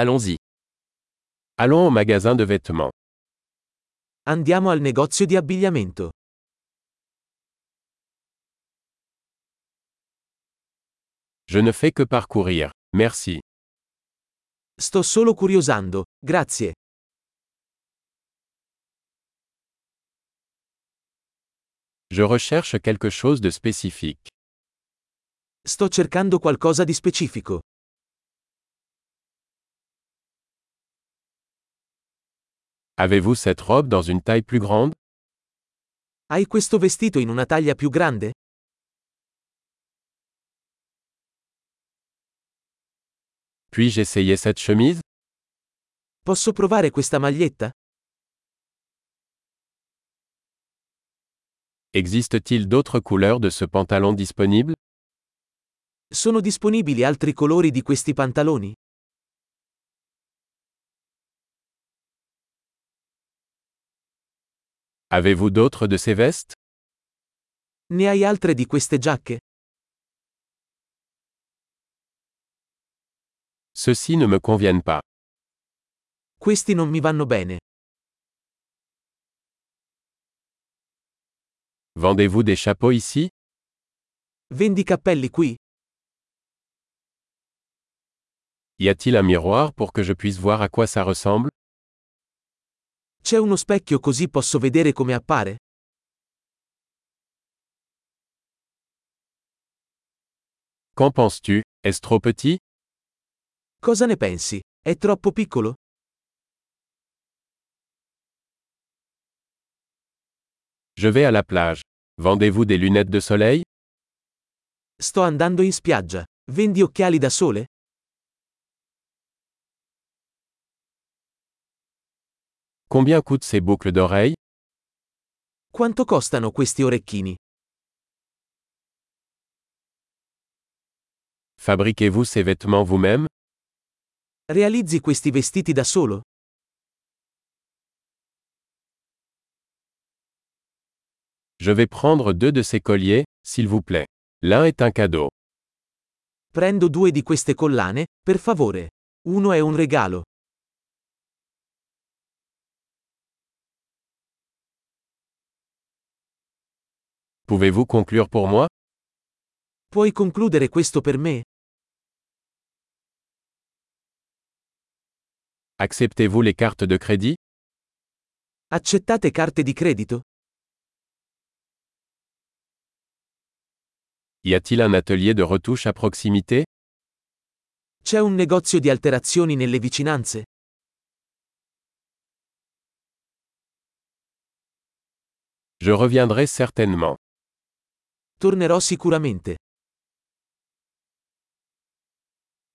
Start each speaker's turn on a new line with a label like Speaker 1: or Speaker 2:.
Speaker 1: Allons-y. Allons au magasin de vêtements.
Speaker 2: Andiamo al negozio di abbigliamento.
Speaker 1: Je ne fais que parcourir. Merci.
Speaker 2: Sto solo curiosando, grazie.
Speaker 1: Je recherche quelque chose de spécifique.
Speaker 2: Sto cercando qualcosa di specifico.
Speaker 1: Avez-vous cette robe dans une taille plus grande
Speaker 2: Hai questo vestito in una taglia più grande?
Speaker 1: Puis-je essayer cette chemise
Speaker 2: Posso provare questa maglietta?
Speaker 1: Existe-t-il d'autres couleurs de ce pantalon disponible
Speaker 2: Sono disponibili altri colori di questi pantaloni?
Speaker 1: Avez-vous d'autres de ces vestes
Speaker 2: Ne hai altre di queste giacche?
Speaker 1: Ceux-ci ne me conviennent pas.
Speaker 2: Questi non mi vanno bene.
Speaker 1: Vendez-vous des chapeaux ici
Speaker 2: Vendi cappelli qui?
Speaker 1: Y a-t-il un miroir pour que je puisse voir à quoi ça ressemble
Speaker 2: C'è uno specchio così posso vedere come appare?
Speaker 1: Qu'en penses-tu Est-ce trop petit
Speaker 2: Cosa ne pensi? È troppo piccolo?
Speaker 1: Je vais à la plage. Vendez-vous des lunettes de soleil
Speaker 2: Sto andando in spiaggia. Vendi occhiali da sole?
Speaker 1: Combien coûtent ces boucles d'oreilles
Speaker 2: Quanto costano questi orecchini?
Speaker 1: Fabriquez-vous ces vêtements vous-même
Speaker 2: Realizzi questi vestiti da solo?
Speaker 1: Je vais prendre deux de ces colliers, s'il vous plaît. L'un est un cadeau.
Speaker 2: Prendo due di queste collane, per favore. Uno è un regalo.
Speaker 1: Pouvez-vous conclure pour moi
Speaker 2: Puoi concludere questo per me?
Speaker 1: Acceptez-vous les cartes de crédit
Speaker 2: Accettate carte di credito?
Speaker 1: Y a-t-il un atelier de retouche à proximité
Speaker 2: C'è un negozio di alterazioni nelle vicinanze?
Speaker 1: Je reviendrai certainement.
Speaker 2: Tornerò sicuramente.